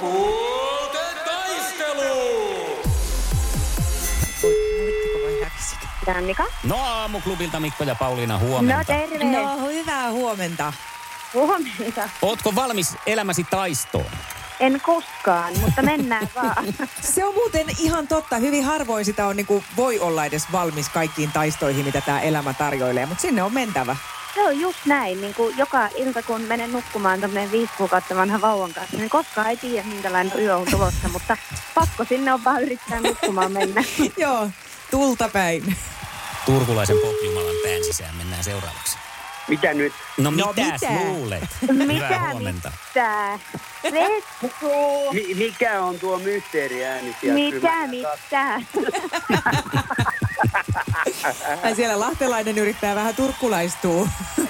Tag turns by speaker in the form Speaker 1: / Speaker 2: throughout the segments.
Speaker 1: Sukupuolten taistelu!
Speaker 2: Voittiko voi hävisitä?
Speaker 3: Jannika.
Speaker 4: No aamuklubilta Mikko ja Pauliina huomenta.
Speaker 3: No terve. No.
Speaker 2: No hyvää huomenta.
Speaker 3: Huomenta.
Speaker 4: Ootko valmis elämäsi taistoon?
Speaker 3: En koskaan, mutta mennään vaan.
Speaker 2: Se on muuten ihan totta. Hyvin harvoin sitä on, niin kuin, voi olla edes valmis kaikkiin taistoihin, mitä tämä elämä tarjoilee. Mutta sinne on mentävä.
Speaker 3: Se on just näin, niin kuin joka ilta kun menen nukkumaan tämmöinen viisi kuukautta vanhan vauvan kanssa, niin koskaan ei tiedä minkälainen yö on tulossa, mutta pakko sinne on vaan yrittää nukkumaan mennä.
Speaker 2: Joo, tulta päin.
Speaker 4: Turkulaisen popjumalan pään sisään mennään seuraavaksi.
Speaker 5: Mitä nyt?
Speaker 4: No,
Speaker 2: No
Speaker 4: mitäs
Speaker 2: mitä?
Speaker 4: luulet? Hyvää
Speaker 3: Mitä
Speaker 4: huomenta.
Speaker 3: mitään? Retku.
Speaker 5: Mi- mikä on tuo mysteeriääni siellä?
Speaker 3: Mitä
Speaker 5: kylmällä?
Speaker 3: mitään?
Speaker 2: Ai siellä lahtelainen yrittää vähän turkkulaistua.
Speaker 3: Joo,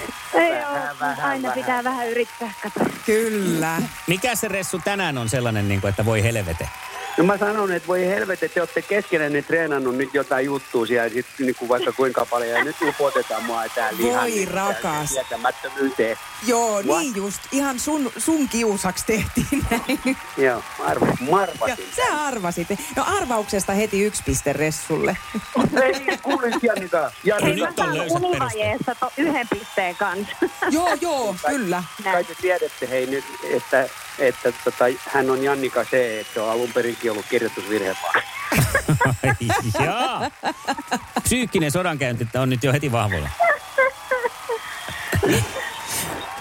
Speaker 5: vähän,
Speaker 3: aina
Speaker 5: vähän.
Speaker 3: pitää vähän yrittää katsoa.
Speaker 2: Kyllä.
Speaker 4: Mikä se ressu tänään on sellainen, niin kuin, että voi helvete?
Speaker 5: No mä sanon, että voi helvete, te olette keskenänne treenannut nyt jotain juttua siellä, sit, niin kuin vaikka kuinka paljon, ja nyt upotetaan mua tää lihan.
Speaker 2: Voi rakas.
Speaker 5: Tietämättömyyteen.
Speaker 2: Joo,
Speaker 5: What?
Speaker 2: niin just. Ihan sun, sun kiusaksi tehtiin näin.
Speaker 5: Joo, arvo,
Speaker 2: Ja
Speaker 5: marvasin.
Speaker 2: sä arvasit. No arvauksesta heti yksi piste Ressulle.
Speaker 5: Ei, kuulis Janita.
Speaker 3: Hei, mä
Speaker 4: nyt on
Speaker 5: Janita,
Speaker 3: saan
Speaker 4: löysät
Speaker 3: uluvajeessa to- yhden pisteen kanssa.
Speaker 2: joo, joo, kyllä.
Speaker 5: kai te tiedätte hei nyt, että, että tota, hän on Jannika se, että on alun perinkin ollut kirjoitusvirhe vaan.
Speaker 4: Jaa. Psyykkinen sodankäynti on nyt jo heti vahvoilla.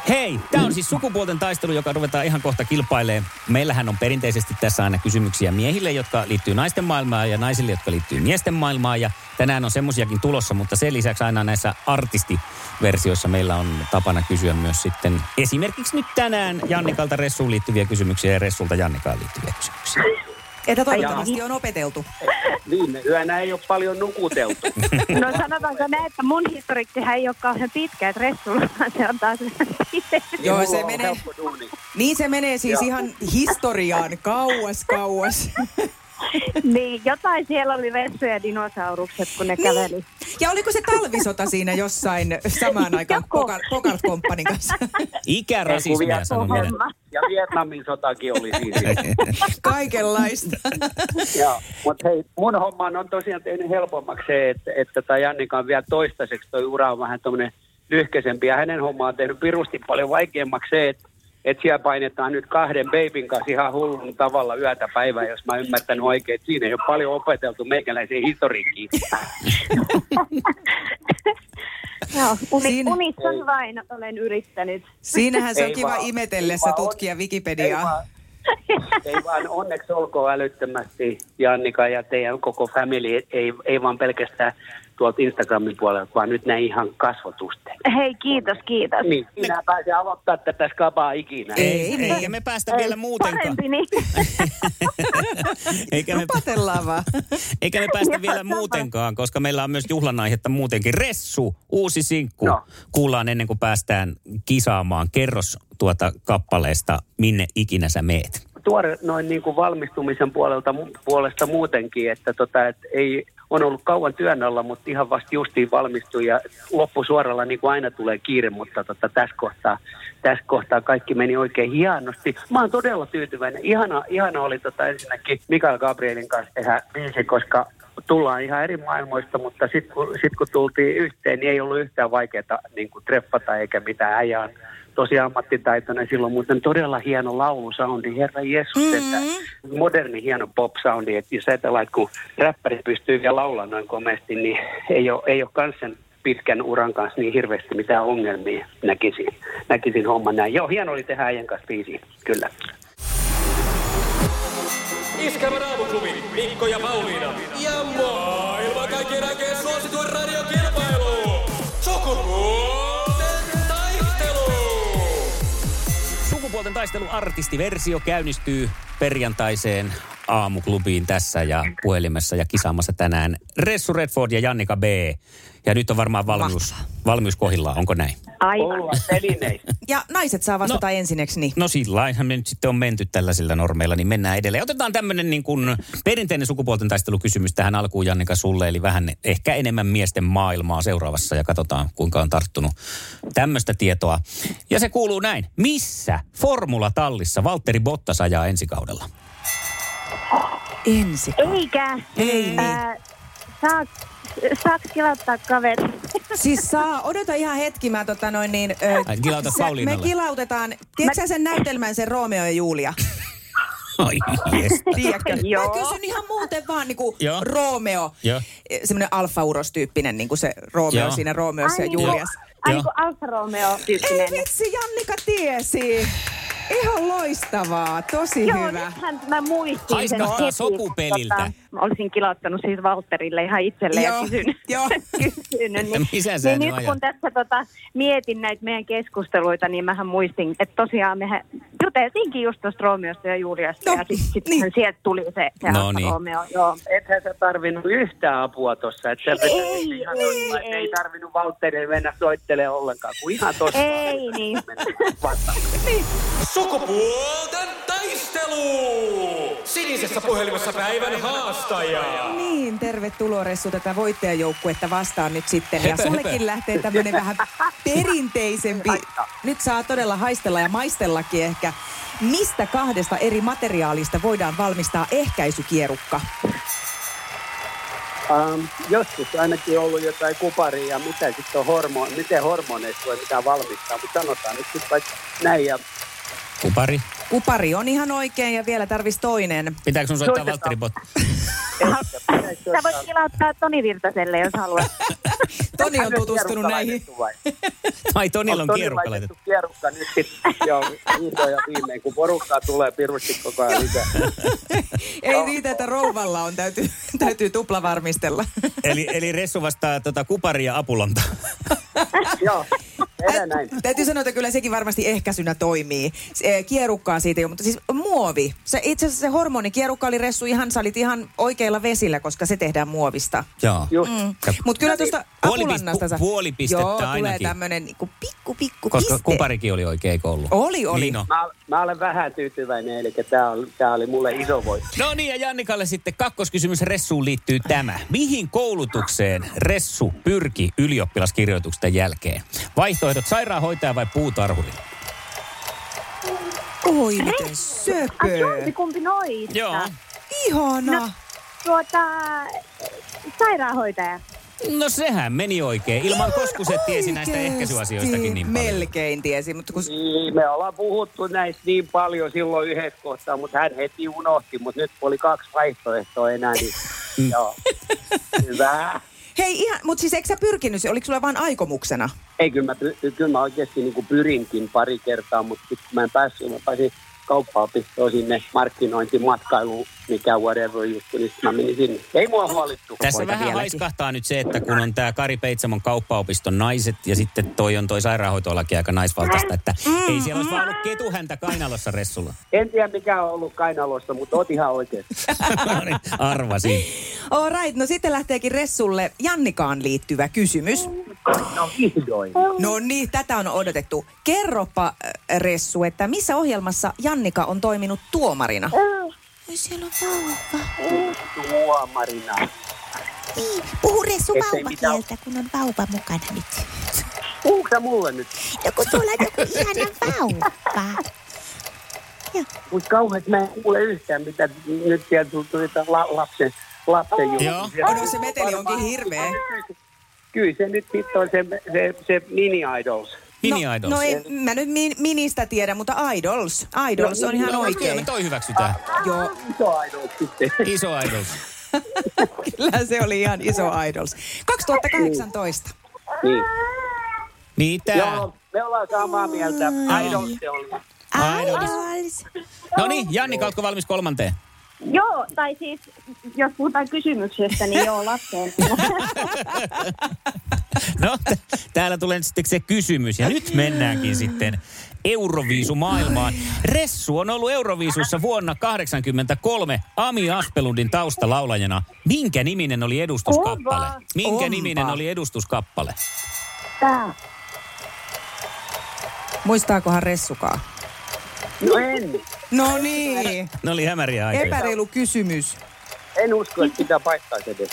Speaker 4: Hei, tämä on siis sukupuolten taistelu, joka ruvetaan ihan kohta kilpailemaan. Meillähän on perinteisesti tässä aina kysymyksiä miehille, jotka liittyy naisten maailmaan ja naisille, jotka liittyy miesten maailmaan. Ja tänään on semmoisiakin tulossa, mutta sen lisäksi aina näissä artistiversioissa meillä on tapana kysyä myös sitten esimerkiksi nyt tänään Jannikalta Ressuun liittyviä kysymyksiä ja Ressulta Jannikaan liittyviä kysymyksiä.
Speaker 2: Että toivottavasti on opeteltu.
Speaker 5: Viime yönä ei ole paljon nukuteltu.
Speaker 3: No sanotaanko näin, että mun historiikkihän ei ole kauhean pitkä, että ressulla vaan se on taas vähän pitempi.
Speaker 2: Joo,
Speaker 5: Mulla
Speaker 2: se
Speaker 5: on
Speaker 2: menee.
Speaker 5: helppo duuni.
Speaker 2: Niin se menee siis
Speaker 5: Joo.
Speaker 2: ihan historiaan kauas, kauas.
Speaker 3: Niin, jotain siellä oli vessu ja dinosaurukset, kun
Speaker 2: Niin.
Speaker 3: ne käveli.
Speaker 2: Ja oliko se talvisota siinä jossain samaan aikaan
Speaker 3: Joku.
Speaker 2: Pokart- Pokart Company kanssa?
Speaker 4: Ikärasismia sanon minä.
Speaker 3: Homma.
Speaker 5: Ja Vietnamin sotakin oli siinä.
Speaker 2: Kaikenlaista.
Speaker 5: Joo, mutta hei, mun homman on tosiaan tehnyt helpommaksi se, että, että tämä Jannika on vielä toistaiseksi, toi ura on vähän tämmöinen lyhkäsempi, ja hänen hommaa on tehnyt pirusti paljon vaikeammaksi se, että että siellä painetaan nyt kahden beibin kanssa ihan hullun tavalla yötä päivää, jos mä ymmärtän oikein. että Siinä ei ole paljon opeteltu meikäläiseen historiikkiin.
Speaker 3: Joo, uni,
Speaker 2: Siinä-
Speaker 3: unissa vain olen yrittänyt.
Speaker 2: Siinähän se on
Speaker 5: Ei
Speaker 2: kiva
Speaker 5: vaan.
Speaker 2: imetellessä
Speaker 5: Ei vaan.
Speaker 2: tutkia
Speaker 5: Ei
Speaker 2: Wikipediaa.
Speaker 5: vaan, ei vaan onneksi olkoon älyttömästi Jannika ja teidän koko family, ei, ei vaan pelkästään tuolta Instagramin puolelta, vaan nyt näin ihan kasvotusten.
Speaker 3: Hei, kiitos, kiitos.
Speaker 5: Niin, minä pääsen aloittaa tätä skabaa ikinä.
Speaker 4: Ei,
Speaker 2: Ei,
Speaker 4: eikä me päästä vielä muutenkaan.
Speaker 3: Parempi niin.
Speaker 4: Eikä me,
Speaker 2: Rupatellaan vaan.
Speaker 4: eikä me päästä
Speaker 3: Joo,
Speaker 4: vielä
Speaker 3: sama.
Speaker 4: muutenkaan, koska meillä on myös juhlan aihetta muutenkin. Ressu, uusi sinkku.
Speaker 5: Joo.
Speaker 4: Kuullaan ennen kuin päästään kisaamaan. Kerros tuota kappaleesta, minne ikinä sä meet.
Speaker 5: Tuore noin niin kuin valmistumisen puolelta, mu- puolesta muutenkin, että tota, et ei, on ollut kauan työn alla, mutta ihan vasta justiin valmistui ja loppusuoralla niin kuin aina tulee kiire, mutta tota, tässä, kohtaa, tässä kohtaa kaikki meni oikein hienosti. Mä oon todella tyytyväinen. Ihana, ihana oli tota ensinnäkin Mikael Gabrielin kanssa tehdä biisi, koska tullaan ihan eri maailmoista, mutta sitten kun, sit kun tultiin yhteen, niin ei ollut yhtään vaikeaa niin kuin treffata eikä mitään. Äijä on tosi ammattitaitoinen silloin, muuten todella hieno laulusoundi, herra Jeesus, mm-hmm. että moderni hieno pop-soundi, että jos ajatellaan, että kun räppäri pystyy vielä laulamaan noin komeasti, niin ei ole, ei ole kans sen pitkän uran kanssa niin hirveästi mitään ongelmia näkisin, näkisin homman näin. Joo, hieno oli tehdä äijän kanssa biisi, kyllä.
Speaker 1: Iskävä raamuklubi Mikko ja Pauliina. Ja maailman kaikkien aikeen suosituen radiokilpailu. Sukupuolten taistelu.
Speaker 4: Sukupuolten taistelu artistiversio käynnistyy perjantaiseen aamuklubiin tässä ja puhelimessa ja kisaamassa tänään Ressu Redford ja Jannika B. Ja nyt on varmaan valmius, valmius kohillaan, onko näin?
Speaker 3: Aivan.
Speaker 2: Oh.
Speaker 5: Ollaan pelineissä.
Speaker 2: Ja naiset saa vastata
Speaker 4: No.
Speaker 2: no. ensineksi, niin.
Speaker 4: No sillä laillahan me nyt sitten on menty tällaisilla normeilla, niin mennään edelleen. Otetaan tämmöinen niin kuin perinteinen sukupuolten taistelukysymys tähän alkuun Jannika sulle, eli vähän ehkä enemmän miesten maailmaa seuraavassa ja katsotaan kuinka on tarttunut tämmöistä tietoa. Ja se kuuluu näin. Missä formulatallissa Valtteri Bottas ajaa ensi kaudella?
Speaker 2: Ensi.
Speaker 3: Eikä.
Speaker 2: Ei niin.
Speaker 3: Ää, saat, saaks kilauttaa kaveri?
Speaker 2: Siis saa, odota ihan hetki, mä tota noin niin... Ö,
Speaker 4: Ai, kilauta
Speaker 2: sä- Me
Speaker 4: Pauliinalle.
Speaker 2: kilautetaan, tiedätkö sä sen näytelmän, sen Romeo ja Julia?
Speaker 4: Ai jes.
Speaker 2: Tiedätkö?
Speaker 3: Joo.
Speaker 2: Mä kysyn ihan muuten vaan niinku
Speaker 4: Joo.
Speaker 2: Romeo.
Speaker 4: Joo.
Speaker 2: Semmoinen alfa-uros-tyyppinen, niinku se Romeo
Speaker 4: Joo.
Speaker 2: siinä Romeossa ja niin-
Speaker 3: Ai niin.
Speaker 2: Juliassa.
Speaker 4: Joo.
Speaker 3: Ai kun Alfa Romeo
Speaker 2: Ei
Speaker 3: tyyppinen.
Speaker 2: vitsi, Jannika tiesi. Ihan loistavaa, tosi
Speaker 3: Joo,
Speaker 2: hyvä.
Speaker 3: nythän mä muistin
Speaker 4: Haiskahtaa
Speaker 3: heti,
Speaker 4: sopupeliltä.
Speaker 3: kun Tota, mä olisin kilauttanut siis Valterille ihan itselle ja
Speaker 2: Joo,
Speaker 3: kysynyt.
Speaker 2: joo.
Speaker 3: kysynyt
Speaker 4: Että
Speaker 3: niin,
Speaker 4: missä sä
Speaker 3: niin
Speaker 4: nyt
Speaker 3: nyt kun
Speaker 4: ajat?
Speaker 3: tässä tota, mietin näitä meidän keskusteluita, niin mähän muistin, että tosiaan mehän juteltiinkin just tuosta Romeosta ja Juliasta.
Speaker 2: No,
Speaker 3: ja sitten sit,
Speaker 2: niin.
Speaker 3: niin. sieltä tuli se, se
Speaker 4: No
Speaker 3: Alfa
Speaker 4: niin.
Speaker 3: Romeo. Joo.
Speaker 5: Ethän sä tarvinnut yhtään apua tuossa. Että sä
Speaker 3: Ei,
Speaker 5: vetäsit ihan
Speaker 3: ei,
Speaker 5: tuolla, et
Speaker 3: ei.
Speaker 5: ei tarvinnut Valtterille mennä soittelemaan ollenkaan, kun ihan tossa.
Speaker 3: Ei niin.
Speaker 5: Vastaan.
Speaker 1: Sukupuolten taistelu! Sinisessä puhelimessa päivän haastaja.
Speaker 2: Niin, tervetuloa Ressu tätä voittajajoukkuetta vastaan nyt sitten.
Speaker 4: Höpö,
Speaker 2: ja sullekin
Speaker 4: höpö.
Speaker 2: lähtee tämmöinen vähän perinteisempi. Nyt saa todella haistella ja maistellakin ehkä. Mistä kahdesta eri materiaalista voidaan valmistaa ehkäisykierukka?
Speaker 5: Ähm, joskus ainakin ollut jotain kuparia ja mitä sitten on hormo, miten hormoneista voi mitään valmistaa, mutta sanotaan nyt sitten vaikka näin ja
Speaker 4: Kupari.
Speaker 2: Kupari on ihan oikein ja vielä tarvis toinen.
Speaker 4: Pitääkö sun soittaa
Speaker 5: Soitetaan.
Speaker 4: Valtteri Bottas?
Speaker 3: Sä voit kilauttaa Toni Virtaselle, jos haluat.
Speaker 2: Toni on tutustunut näihin.
Speaker 4: Ai Tonilla on
Speaker 5: Onko
Speaker 4: kierukka
Speaker 5: laitettu
Speaker 4: laitettu.
Speaker 5: Kierukka nyt sitten, joo, vihdoin ja viimein, kun porukkaa tulee pirusti koko ajan lisää.
Speaker 2: Ei riitä, että rouvalla on, täytyy, täytyy tupla varmistella.
Speaker 4: Eli, eli Ressu vastaa tota kuparia apulanta.
Speaker 5: joo, edä näin.
Speaker 2: Täytyy sanoa, että kyllä sekin varmasti ehkäisynä toimii. S- eh, Kierukkaa siitä jo, mutta siis muovi. Se, itse asiassa se hormonikierukka oli ressu ihan, sä olit ihan oikeilla vesillä, koska se tehdään muovista.
Speaker 4: Joo.
Speaker 5: Just.
Speaker 2: Mutta kyllä tuosta
Speaker 4: Puoli
Speaker 2: apulannasta...
Speaker 4: pist-
Speaker 2: sä-
Speaker 4: puoli pistettä
Speaker 2: Joo, tulee
Speaker 4: ainakin.
Speaker 2: tämmöinen niinku pikku, pikku
Speaker 4: Koska
Speaker 2: piste.
Speaker 4: kuparikin oli oikein, eikö ollut?
Speaker 2: Oli, oli.
Speaker 4: Niin no.
Speaker 5: Mä, mä olen vähän tyytyväinen, eli tämä oli, tää oli mulle iso voitto.
Speaker 4: No niin, ja Jannikalle sitten kakkoskysymys Ressuun liittyy tämä. Mihin koulutukseen Ressu pyrki ylioppilaskirjoitusten jälkeen? Vaihtoehdot sairaanhoitaja vai puutarhuri?
Speaker 2: Oi, miten
Speaker 3: Ressu. Ai
Speaker 2: söpö.
Speaker 3: jompikumpi noista.
Speaker 2: Ah. Ihana.
Speaker 3: No. Tuota, sairaanhoitaja.
Speaker 4: No sehän meni oikein.
Speaker 3: No,
Speaker 4: Ilman
Speaker 2: Ihan
Speaker 4: Koskuset tiesi näistä
Speaker 2: Ah, oikeesti.
Speaker 4: ehkäisyasioistakin niin paljon.
Speaker 2: Melkein tiesi, mutta kun...
Speaker 5: Niin, me ollaan puhuttu näistä niin paljon silloin yhdessä kohtaa, mutta hän heti unohti, mutta nyt kun oli kaksi vaihtoehtoa enää, niin joo. Hyvä.
Speaker 2: Hei, ihan, mutta siis eikö sä pyrkinyt, se- oliko sulla vaan aikomuksena?
Speaker 5: Ei, kyllä mä, py- kyllä mä oikeasti niin kuin pyrinkin pari kertaa, mutta sitten kun mä en päässyt, mä pääsin kauppaan pistoon sinne markkinointimatkailuun, mikä whatever juttu, niin sit mä menin sinne. Ei mua huolittu.
Speaker 4: Tässä
Speaker 2: Poika
Speaker 4: vähän
Speaker 2: vieläkin.
Speaker 4: haiskahtaa nyt se, että kun on tämä Kari Peitsamon kauppaopiston naiset ja sitten toi on toi sairaanhoitolaki aika naisvaltaista, että ei siellä olisi vaan ollut ketuhäntä kainalossa Ressulla.
Speaker 5: En tiedä mikä on ollut kainalossa, mutta oot ihan oikein.
Speaker 4: No niin, Arvasin.
Speaker 2: All right, no sitten lähteekin Ressulle Jannikaan liittyvä kysymys.
Speaker 5: No vihdoin.
Speaker 2: No niin, tätä on odotettu. Kerropa, äh, Ressu, että missä ohjelmassa Jannika on toiminut tuomarina?
Speaker 5: No, Tuomarina.
Speaker 6: Niin, puhu Ressu
Speaker 5: Ettei
Speaker 6: vauvakieltä, kun on vauva mukana nyt.
Speaker 5: Puhuuko sä mulle nyt?
Speaker 6: No kun tuolla on joku ihana vauva.
Speaker 5: Mutta kauhean, että mä en kuule yhtään, mitä nyt sieltä tuli- tuli tää la, lapsen, lapsen juttu.
Speaker 4: Joo.
Speaker 5: Siellä-
Speaker 2: Odo, se meteli onkin hirveä.
Speaker 5: Kyllä se nyt sitten on se, se, se mini idols.
Speaker 4: Mini
Speaker 2: no,
Speaker 4: Idols.
Speaker 2: no ei, mä nyt min, ministä tiedä, mutta Idols. Idols
Speaker 5: No,
Speaker 2: on ihan
Speaker 5: no,
Speaker 4: Kyllä me
Speaker 2: oikein.
Speaker 4: toi hyväksytään.
Speaker 2: Joo,
Speaker 5: Iso idols sitten.
Speaker 4: Iso Idols.
Speaker 2: kyllä se oli ihan iso Idols. 2018.
Speaker 5: Niin.
Speaker 4: Niitä.
Speaker 5: Joo, me ollaan samaa mieltä. Idols se oli.
Speaker 6: Idols.
Speaker 4: No niin, Jannika, ootko valmis kolmanteen?
Speaker 3: Joo, tai siis, jos puhutaan kysymyksestä, niin joo, lapseen.
Speaker 4: No, t- täällä tulee nyt sitten se kysymys. Ja nyt mennäänkin sitten Euroviisu maailmaan. Ressu on ollut Euroviisussa vuonna 1983 Ami Aspelundin taustalaulajana. Minkä niminen oli edustuskappale?
Speaker 3: Kova.
Speaker 4: Minkä
Speaker 2: Onpa.
Speaker 4: niminen oli edustuskappale?
Speaker 3: Tää.
Speaker 2: Muistaakohan Ressukaa?
Speaker 5: No en,
Speaker 2: No niin,
Speaker 4: Ne oli hämäriä aikoja.
Speaker 2: epäreilu kysymys.
Speaker 5: en usko, että pitää paikkaa edes.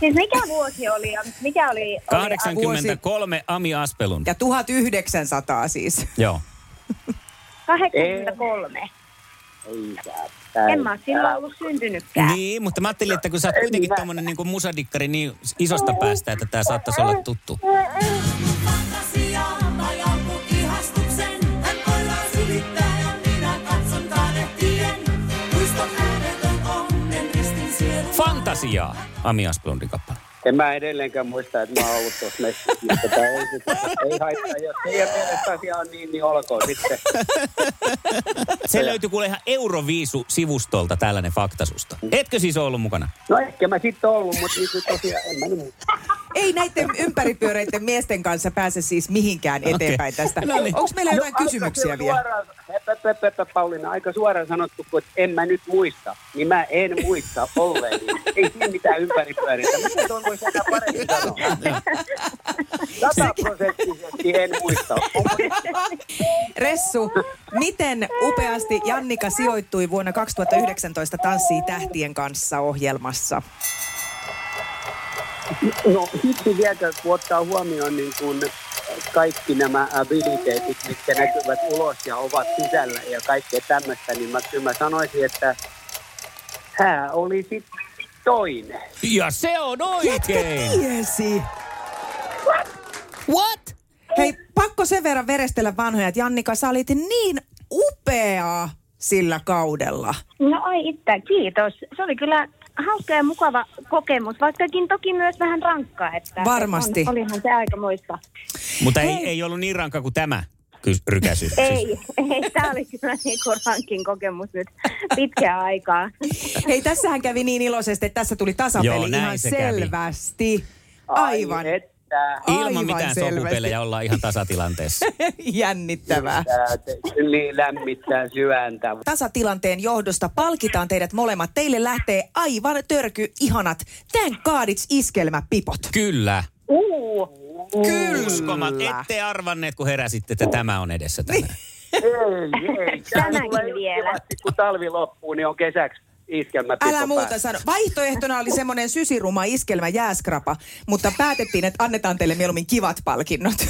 Speaker 3: Siis mikä vuosi oli ja mikä oli...
Speaker 4: 83 Ami Aspelund.
Speaker 2: Ja 1900 siis.
Speaker 4: Joo.
Speaker 3: 83.
Speaker 5: Ei,
Speaker 3: En mä oon silloin ollut syntynytkään.
Speaker 4: Niin, mutta mä ajattelin, että kun sä oot kuitenkin tommonen niin kuin musadikkari niin isosta päästä, että tää saattaisi olla tuttu. Fantasiaa, Ami Asplundin kappale.
Speaker 5: En mä edelleenkään muista, että mä oon ollut tuossa messissä, mutta tää ei, sit- ei haittaa. Jos teidän mielestä asia on niin, niin olkoon sitten.
Speaker 4: Se löytyi kuule ihan Euroviisu-sivustolta tällainen faktasusta. Etkö siis ole ollut mukana?
Speaker 5: No ehkä mä sitten ollut, mutta niin kuin tosiaan en mä nyt.
Speaker 2: Ei näiden ympäripyöreiden miesten kanssa pääse siis mihinkään eteenpäin
Speaker 4: Okei.
Speaker 2: tästä.
Speaker 4: No niin.
Speaker 2: Onko meillä jotain
Speaker 5: Aika
Speaker 2: kysymyksiä
Speaker 5: se
Speaker 2: vielä?
Speaker 5: Suoraan, hep, hep, hep, hep, Pauliina, aika suoraan sanottu, kun et en mä nyt muista, niin mä en muista olleen. Ei siinä mitään ympäripyörintä. Miten tuon voisi enää paremmin sanoa? Sataprosenttisesti en muista. Onko
Speaker 2: Ressu, miten upeasti Jannika sijoittui vuonna 2019 Tanssii tähtien kanssa ohjelmassa?
Speaker 5: No sitten vielä, kun ottaa huomioon niin kuin kaikki nämä abiliteetit, mitkä näkyvät ulos ja ovat sisällä ja kaikkea tämmöistä, niin mä, kyllä mä sanoisin, että hää oli sitten toinen.
Speaker 4: Ja se on oikein!
Speaker 2: Tiesi! What? Hei, pakko sen verran verestellä vanhoja, että Jannika, sä olit niin upea sillä kaudella.
Speaker 3: No ai itse, kiitos. Se oli kyllä hauska ja mukava kokemus, vaikkakin toki myös vähän rankkaa. Että
Speaker 2: Varmasti.
Speaker 3: On, olihan se aika moista.
Speaker 4: Mutta ei, ei ollut niin rankka kuin tämä ky- rykäsy. Siis-
Speaker 3: Ei, ei, tämä oli kyllä niin kuin rankin kokemus nyt pitkään aikaa.
Speaker 2: Hei, tässähän kävi niin iloisesti, että tässä tuli tasapeli
Speaker 4: Joo, näin
Speaker 2: ihan
Speaker 4: se kävi.
Speaker 2: selvästi. Aivan.
Speaker 5: Ai että,
Speaker 4: Ilman
Speaker 2: Aivan
Speaker 4: mitään
Speaker 2: selvästi.
Speaker 4: sopupelejä ollaan ihan tasatilanteessa.
Speaker 2: Jännittävää.
Speaker 5: ää, te- niin lämmittää syöntä.
Speaker 2: tasatilanteen johdosta palkitaan teidät molemmat. Teille lähtee aivan törky ihanat Thank God It's iskelmäpipot.
Speaker 4: Kyllä.
Speaker 3: Uu,
Speaker 2: Kyllä.
Speaker 4: Uskomat, ette arvanneet, kun heräsitte, että tämä on edessä tänään.
Speaker 5: Ei, ei. Tää
Speaker 3: Tänäkin
Speaker 5: tulee
Speaker 3: vielä.
Speaker 5: kivasti, Kun talvi loppuu, niin on kesäksi iskelmä
Speaker 2: Älä
Speaker 5: pikku
Speaker 2: muuta
Speaker 5: päässä.
Speaker 2: sano. Vaihtoehtona oli semmoinen sysiruma iskelmä jääskrapa, mutta päätettiin, että annetaan teille mieluummin kivat palkinnot.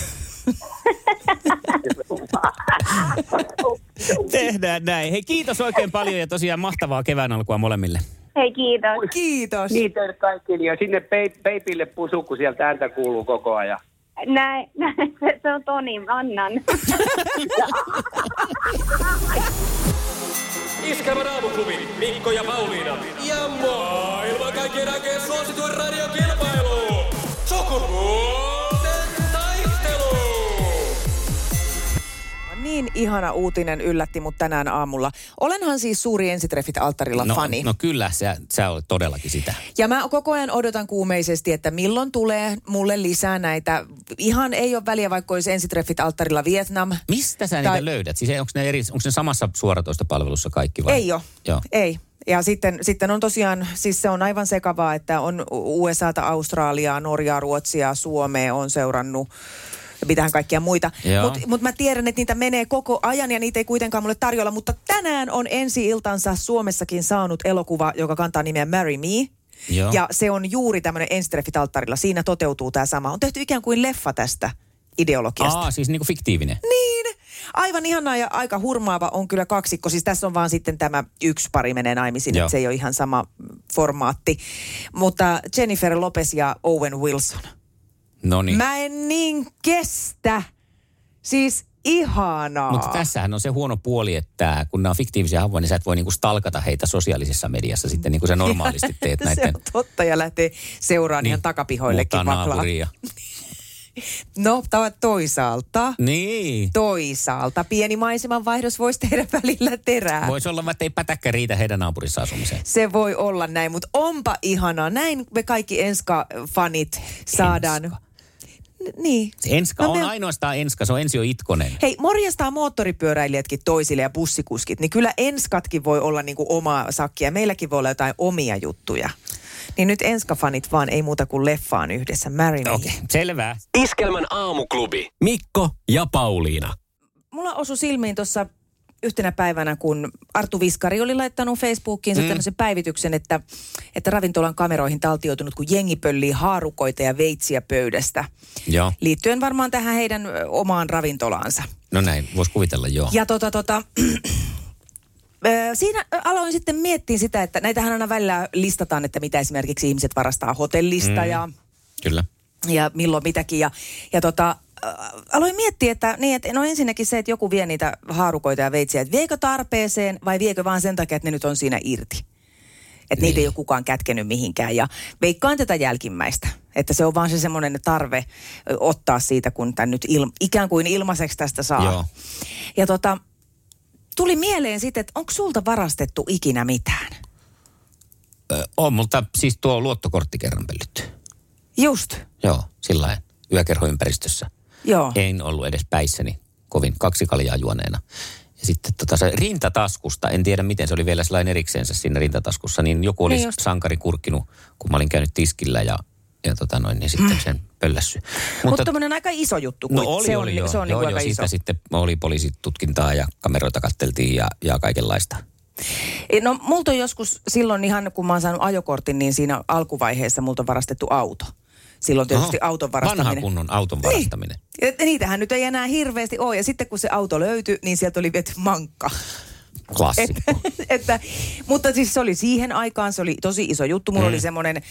Speaker 2: Niin.
Speaker 4: Tehdään näin. Hei, kiitos oikein paljon ja tosiaan mahtavaa kevään alkua molemmille.
Speaker 3: hei kiitos.
Speaker 2: Kiitos.
Speaker 5: Niin teille kaikille ja sinne pei- peipille pusu, kun sieltä ääntä kuuluu koko ajan.
Speaker 3: Näin, näin, se on Toni, annan.
Speaker 1: Iskelmän aamuklubi, Mikko ja Pauliina. Ja maailman kaikkien aikeen suosituen radiokilpailu. Sukupuolten taistelu.
Speaker 2: Niin ihana uutinen yllätti mut tänään aamulla. Olenhan siis suuri ensitreffit alttarilla
Speaker 4: No,
Speaker 2: fani.
Speaker 4: no kyllä, sä, sä olet todellakin sitä.
Speaker 2: Ja mä koko ajan odotan kuumeisesti, että milloin tulee mulle lisää näitä. Ihan ei ole väliä, vaikka olisi ensitreffit alttarilla Vietnam.
Speaker 4: Mistä sä niitä
Speaker 2: Tai-
Speaker 4: löydät? Siis onko ne, eri, onks ne samassa suoratoistopalvelussa kaikki vai?
Speaker 2: Ei ole.
Speaker 4: Joo.
Speaker 2: Ei. Ja sitten, sitten on tosiaan, siis se on aivan sekavaa, että on U- USAta, Australiaa, Norjaa, Ruotsia, Suomea on seurannut ja mitähän kaikkia muita.
Speaker 4: Joo.
Speaker 2: Mutta mut mä tiedän, että niitä menee koko ajan ja niitä ei kuitenkaan mulle tarjolla. Mutta tänään on ensi iltansa Suomessakin saanut elokuva, joka kantaa nimeä Marry Me.
Speaker 4: Joo.
Speaker 2: Ja se on juuri tämmöinen ensitreffit alttarilla. Siinä toteutuu tämä sama. On tehty ikään kuin leffa tästä ideologiasta.
Speaker 4: Aa, siis niinku fiktiivinen.
Speaker 2: Niin. Aivan ihanaa ja aika hurmaava on kyllä kaksikko. Siis tässä on vaan sitten tämä yksi pari menee naimisiin,
Speaker 4: Joo.
Speaker 2: että se ei ole ihan sama formaatti. Mutta Jennifer Lopez ja Owen Wilson.
Speaker 4: No
Speaker 2: Niin.
Speaker 4: niin.
Speaker 2: Mä en niin kestä. Siis ihanaa.
Speaker 4: Mutta tässähän on se huono puoli, että kun nämä on fiktiivisiä hahmoja, niin sä et voi niinku stalkata heitä sosiaalisessa mediassa sitten, niin kuin sä normaalisti teet
Speaker 2: Se
Speaker 4: näiden.
Speaker 2: on totta ja lähtee seuraan niin. ihan
Speaker 4: muuttaa
Speaker 2: takapihoillekin vaklaa.
Speaker 4: naapuria.
Speaker 2: No, ta- toisaalta.
Speaker 4: Niin.
Speaker 2: Toisaalta pieni maiseman vaihdos voisi tehdä välillä terää.
Speaker 4: Voisi olla, että ei pätäkkä riitä heidän naapurissa asumiseen.
Speaker 2: Se voi olla näin, mutta onpa ihanaa. Näin me kaikki Enska-fanit saadaan.
Speaker 7: N- niin.
Speaker 4: Se enska
Speaker 7: No
Speaker 4: no, on
Speaker 7: me-
Speaker 4: ainoastaan enska, se on Ensio Itkonen.
Speaker 2: Hei, morjestaan moottoripyöräilijätkin toisille ja bussikuskit, niin kyllä enskatkin voi olla niin kuin omaa sakkia. Meilläkin voi olla jotain omia juttuja. Niin nyt enskafanit vaan ei muuta kuin leffaan yhdessä. Marry me.
Speaker 4: Okei, okay, selvä.
Speaker 1: Iskelmän aamuklubi. Mikko ja Pauliina.
Speaker 2: Mulla osui silmiin tuossa yhtenä päivänä, kun Artu Viskari oli laittanut Facebookiinsa mm. tämmöisen päivityksen, että, että ravintolan kameroihin taltioitunut, kun jengi pöllii haarukoita ja veitsiä pöydästä.
Speaker 4: Joo,
Speaker 2: Liittyen varmaan tähän heidän ö, omaan ravintolaansa.
Speaker 4: no näin, voisi kuvitella joo.
Speaker 2: Ja tota, tota, ö, siinä ö, aloin sitten miettiä sitä, että näitähän aina välillä listataan, että mitä esimerkiksi ihmiset varastaa hotellista mm. ja
Speaker 4: Kyllä.
Speaker 2: ja milloin mitäkin. Ja, ja tota, äh, aloin miettiä, että, niin, että no ensinnäkin se, että joku vie niitä haarukoita ja veitsiä, että viekö tarpeeseen vai viekö vaan sen takia, että ne nyt on siinä irti. Että niin. niitä ei ole kukaan kätkenyt mihinkään ja veikkaan tätä jälkimmäistä. Että se on vaan se semmoinen tarve ö, ottaa siitä, kun tämän nyt il, ikään kuin ilmaiseksi tästä saa.
Speaker 4: Joo.
Speaker 2: Ja tota, tuli mieleen sitten, että onko sulta varastettu ikinä mitään?
Speaker 4: Ö, on, mutta siis tuo luottokortti kerran pöllitty.
Speaker 2: Just,
Speaker 4: Joo, sillä lailla yökerhoympäristössä.
Speaker 2: joo.
Speaker 4: En ollut edes päissäni kovin kaksi kaljaa juoneena. Ja sitten tota se rintataskusta, en tiedä miten, se oli vielä sellainen eriksensä siinä rintataskussa, niin joku oli
Speaker 2: Niin
Speaker 4: niin
Speaker 2: just.
Speaker 4: sankari kurkkinut, kun mä olin käynyt tiskillä ja, ja tota noin, niin sitten sen pöllässy.
Speaker 2: Mutta tämmöinen aika iso juttu.
Speaker 4: No
Speaker 2: kuit-
Speaker 4: oli,
Speaker 2: se on,
Speaker 4: oli, joo.
Speaker 2: Se on
Speaker 4: joo,
Speaker 2: niinku
Speaker 4: joo,
Speaker 2: aika iso.
Speaker 4: siitä sitten oli poliisitutkintaa ja kameroita katteltiin ja, ja kaikenlaista.
Speaker 2: No multa on joskus silloin ihan, kun mä oon saanut ajokortin, niin siinä alkuvaiheessa multa on varastettu auto. Silloin tietysti
Speaker 4: Oho,
Speaker 2: auton varastaminen.
Speaker 4: Vanha kunnon auton varastaminen.
Speaker 2: Niin. Et Niitähän nyt ei enää hirveästi ole. Ja sitten kun se auto löytyi, niin sieltä oli viety mankka.
Speaker 4: Niin. Klassikko.
Speaker 2: että, mutta siis se oli siihen aikaan, se oli tosi iso juttu. Mulla mm. oli semmoinen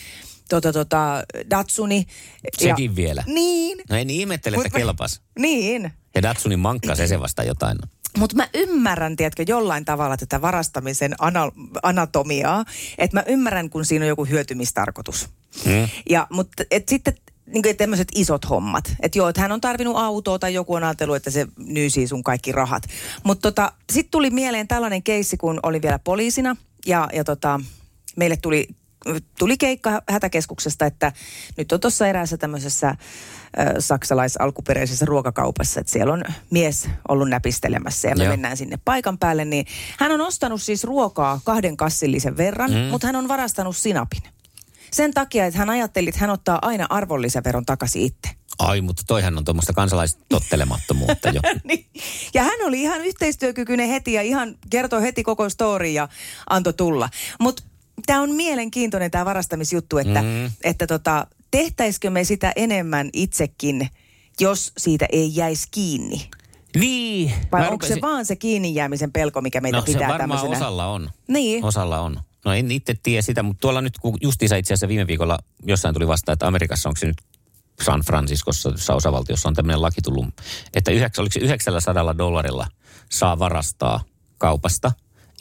Speaker 2: tota, tota, Datsuni.
Speaker 4: Sekin vielä.
Speaker 2: Niin,
Speaker 4: No en ihmettele,
Speaker 2: Mut
Speaker 4: että
Speaker 2: mä-
Speaker 4: kelpas.
Speaker 2: niin.
Speaker 4: Ja Datsunin mankka, se se vasta jotain. on.
Speaker 2: Mutta mä ymmärrän, tiedätkö, jollain tavalla tätä varastamisen ana- anatomiaa. Että mä ymmärrän, kun siinä on joku hyötymistarkoitus. Mm. Ja, mutta et sitten niin kuin tämmöiset isot hommat. Että joo, että hän on tarvinnut autoa tai joku on ajatellut, että se nyysii sun kaikki rahat. Mutta tota, sitten tuli mieleen tällainen keissi, kun olin vielä poliisina ja, ja tota, meille tuli, tuli keikka hätäkeskuksesta, että nyt on tuossa eräässä tämmöisessä ö, saksalaisalkuperäisessä ruokakaupassa, että siellä on mies ollut näpistelemässä ja me
Speaker 4: Joo.
Speaker 2: mennään sinne paikan päälle, niin hän on ostanut siis ruokaa kahden kassillisen verran, mm. mutta hän on varastanut sinapin. Sen takia, että hän ajatteli, että hän ottaa aina arvonlisäveron takaisin itse.
Speaker 4: Ai, mutta toihan on tuommoista kansalaistottelemattomuutta jo.
Speaker 2: Niin. Ja hän oli ihan yhteistyökykyinen heti ja ihan kertoi heti koko story ja antoi tulla. Mutta tämä on mielenkiintoinen tämä varastamisjuttu, että,
Speaker 4: Mhm.
Speaker 2: mm. että tota, tehtäisikö me sitä enemmän itsekin, jos siitä ei jäisi kiinni?
Speaker 4: Niin.
Speaker 2: Vai
Speaker 4: Mä
Speaker 2: onko
Speaker 4: rupesin-
Speaker 2: se vaan se kiinni jäämisen pelko, mikä meitä
Speaker 4: no, se
Speaker 2: pitää
Speaker 4: varmaan
Speaker 2: tämmöisenä?
Speaker 4: osalla on.
Speaker 2: Niin.
Speaker 4: Osalla on. No en itse tiedä sitä, mutta tuolla nyt, kun justiinsa itse asiassa viime viikolla jossain tuli vastaan, että Amerikassa onko se nyt San Franciscossa, jossa osavaltiossa on tämmöinen laki tullut, että yhdeks, oliko se 900 dollarilla saa varastaa kaupasta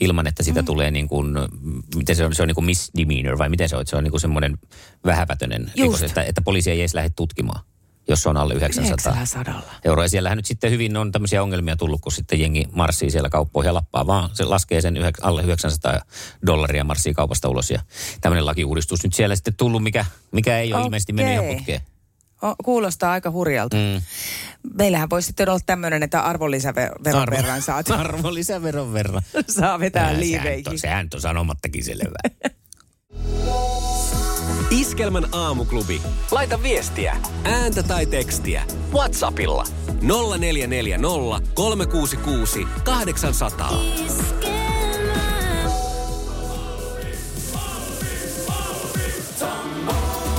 Speaker 4: ilman, että sitä mm. tulee niin kuin, mm, miten se on, se on niin kuin misdemeanor vai miten se on, että se on niin kuin semmoinen vähäpätöinen, rikos, että, että poliisi ei edes lähde tutkimaan, jos se on alle 900
Speaker 2: sadalla.
Speaker 4: euroa. Ja siellähän nyt sitten hyvin on tämmöisiä ongelmia tullut, kun sitten jengi marssii siellä kauppoihin ja lappaa vaan. Se laskee sen yhä, alle 900 dollaria marssii kaupasta ulos. Ja tämmöinen lakiuudistus nyt siellä sitten tullut, mikä, mikä ei ole okay. ilmeisesti mennyt ihan
Speaker 2: Okei.
Speaker 4: putkeen.
Speaker 2: O, kuulostaa aika hurjalta. Mm. Meillähän voisi sitten olla tämmöinen, että arvonlisäveron
Speaker 4: Arvo-
Speaker 2: verran saat,
Speaker 4: Arvonlisäveron verran.
Speaker 2: saa vetää
Speaker 4: sehän,
Speaker 2: liiveihin.
Speaker 4: on, sehän on sanomattakin selvää.
Speaker 1: Iskelmän aamuklubi. Laita viestiä, ääntä tai tekstiä. Whatsappilla 0440 366 800.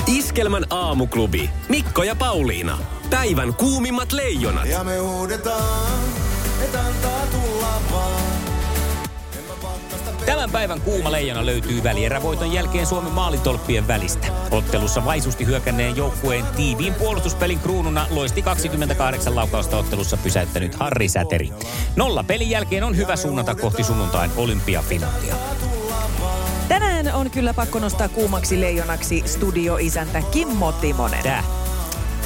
Speaker 1: Iskelmän aamuklubi. Mikko ja Pauliina. Päivän kuumimmat leijonat.
Speaker 8: Ja me huudetaan, et antaa tulla vaan.
Speaker 4: Tämän päivän kuuma leijona löytyy välierävoiton jälkeen Suomen maalitolppien välistä. Ottelussa vaisusti hyökänneen joukkueen tiiviin puolustuspelin kruununa loisti 28 laukausta ottelussa pysäyttänyt Harri Säteri. Nolla pelin jälkeen on hyvä suunnata kohti sunnuntain olympiafinaalia.
Speaker 2: Tänään on kyllä pakko nostaa kuumaksi leijonaksi studioisäntä Kimmo Timonen.
Speaker 4: Tää.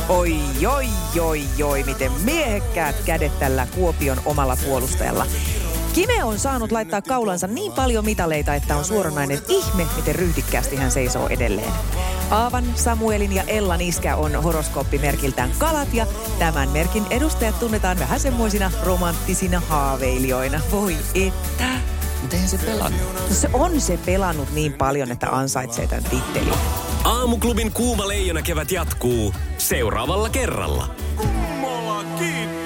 Speaker 2: Oi, oi, oi, oi, miten miehekkäät kädet tällä Kuopion omalla puolustajalla. Kime on saanut laittaa kaulansa niin paljon mitaleita, että on suoranainen ihme, miten ryhdikkäästi hän seisoo edelleen. Aavan, Samuelin ja Ellan iskä on horoskooppimerkiltään kalat ja tämän merkin edustajat tunnetaan vähän semmoisina romanttisina haaveilijoina. Voi että!
Speaker 9: Mutta eihän se pelannut.
Speaker 2: No Se on se pelannut niin paljon, että ansaitsee tämän tittelin.
Speaker 4: Aamuklubin kuuma leijona kevät jatkuu seuraavalla kerralla. Kummola kiitos.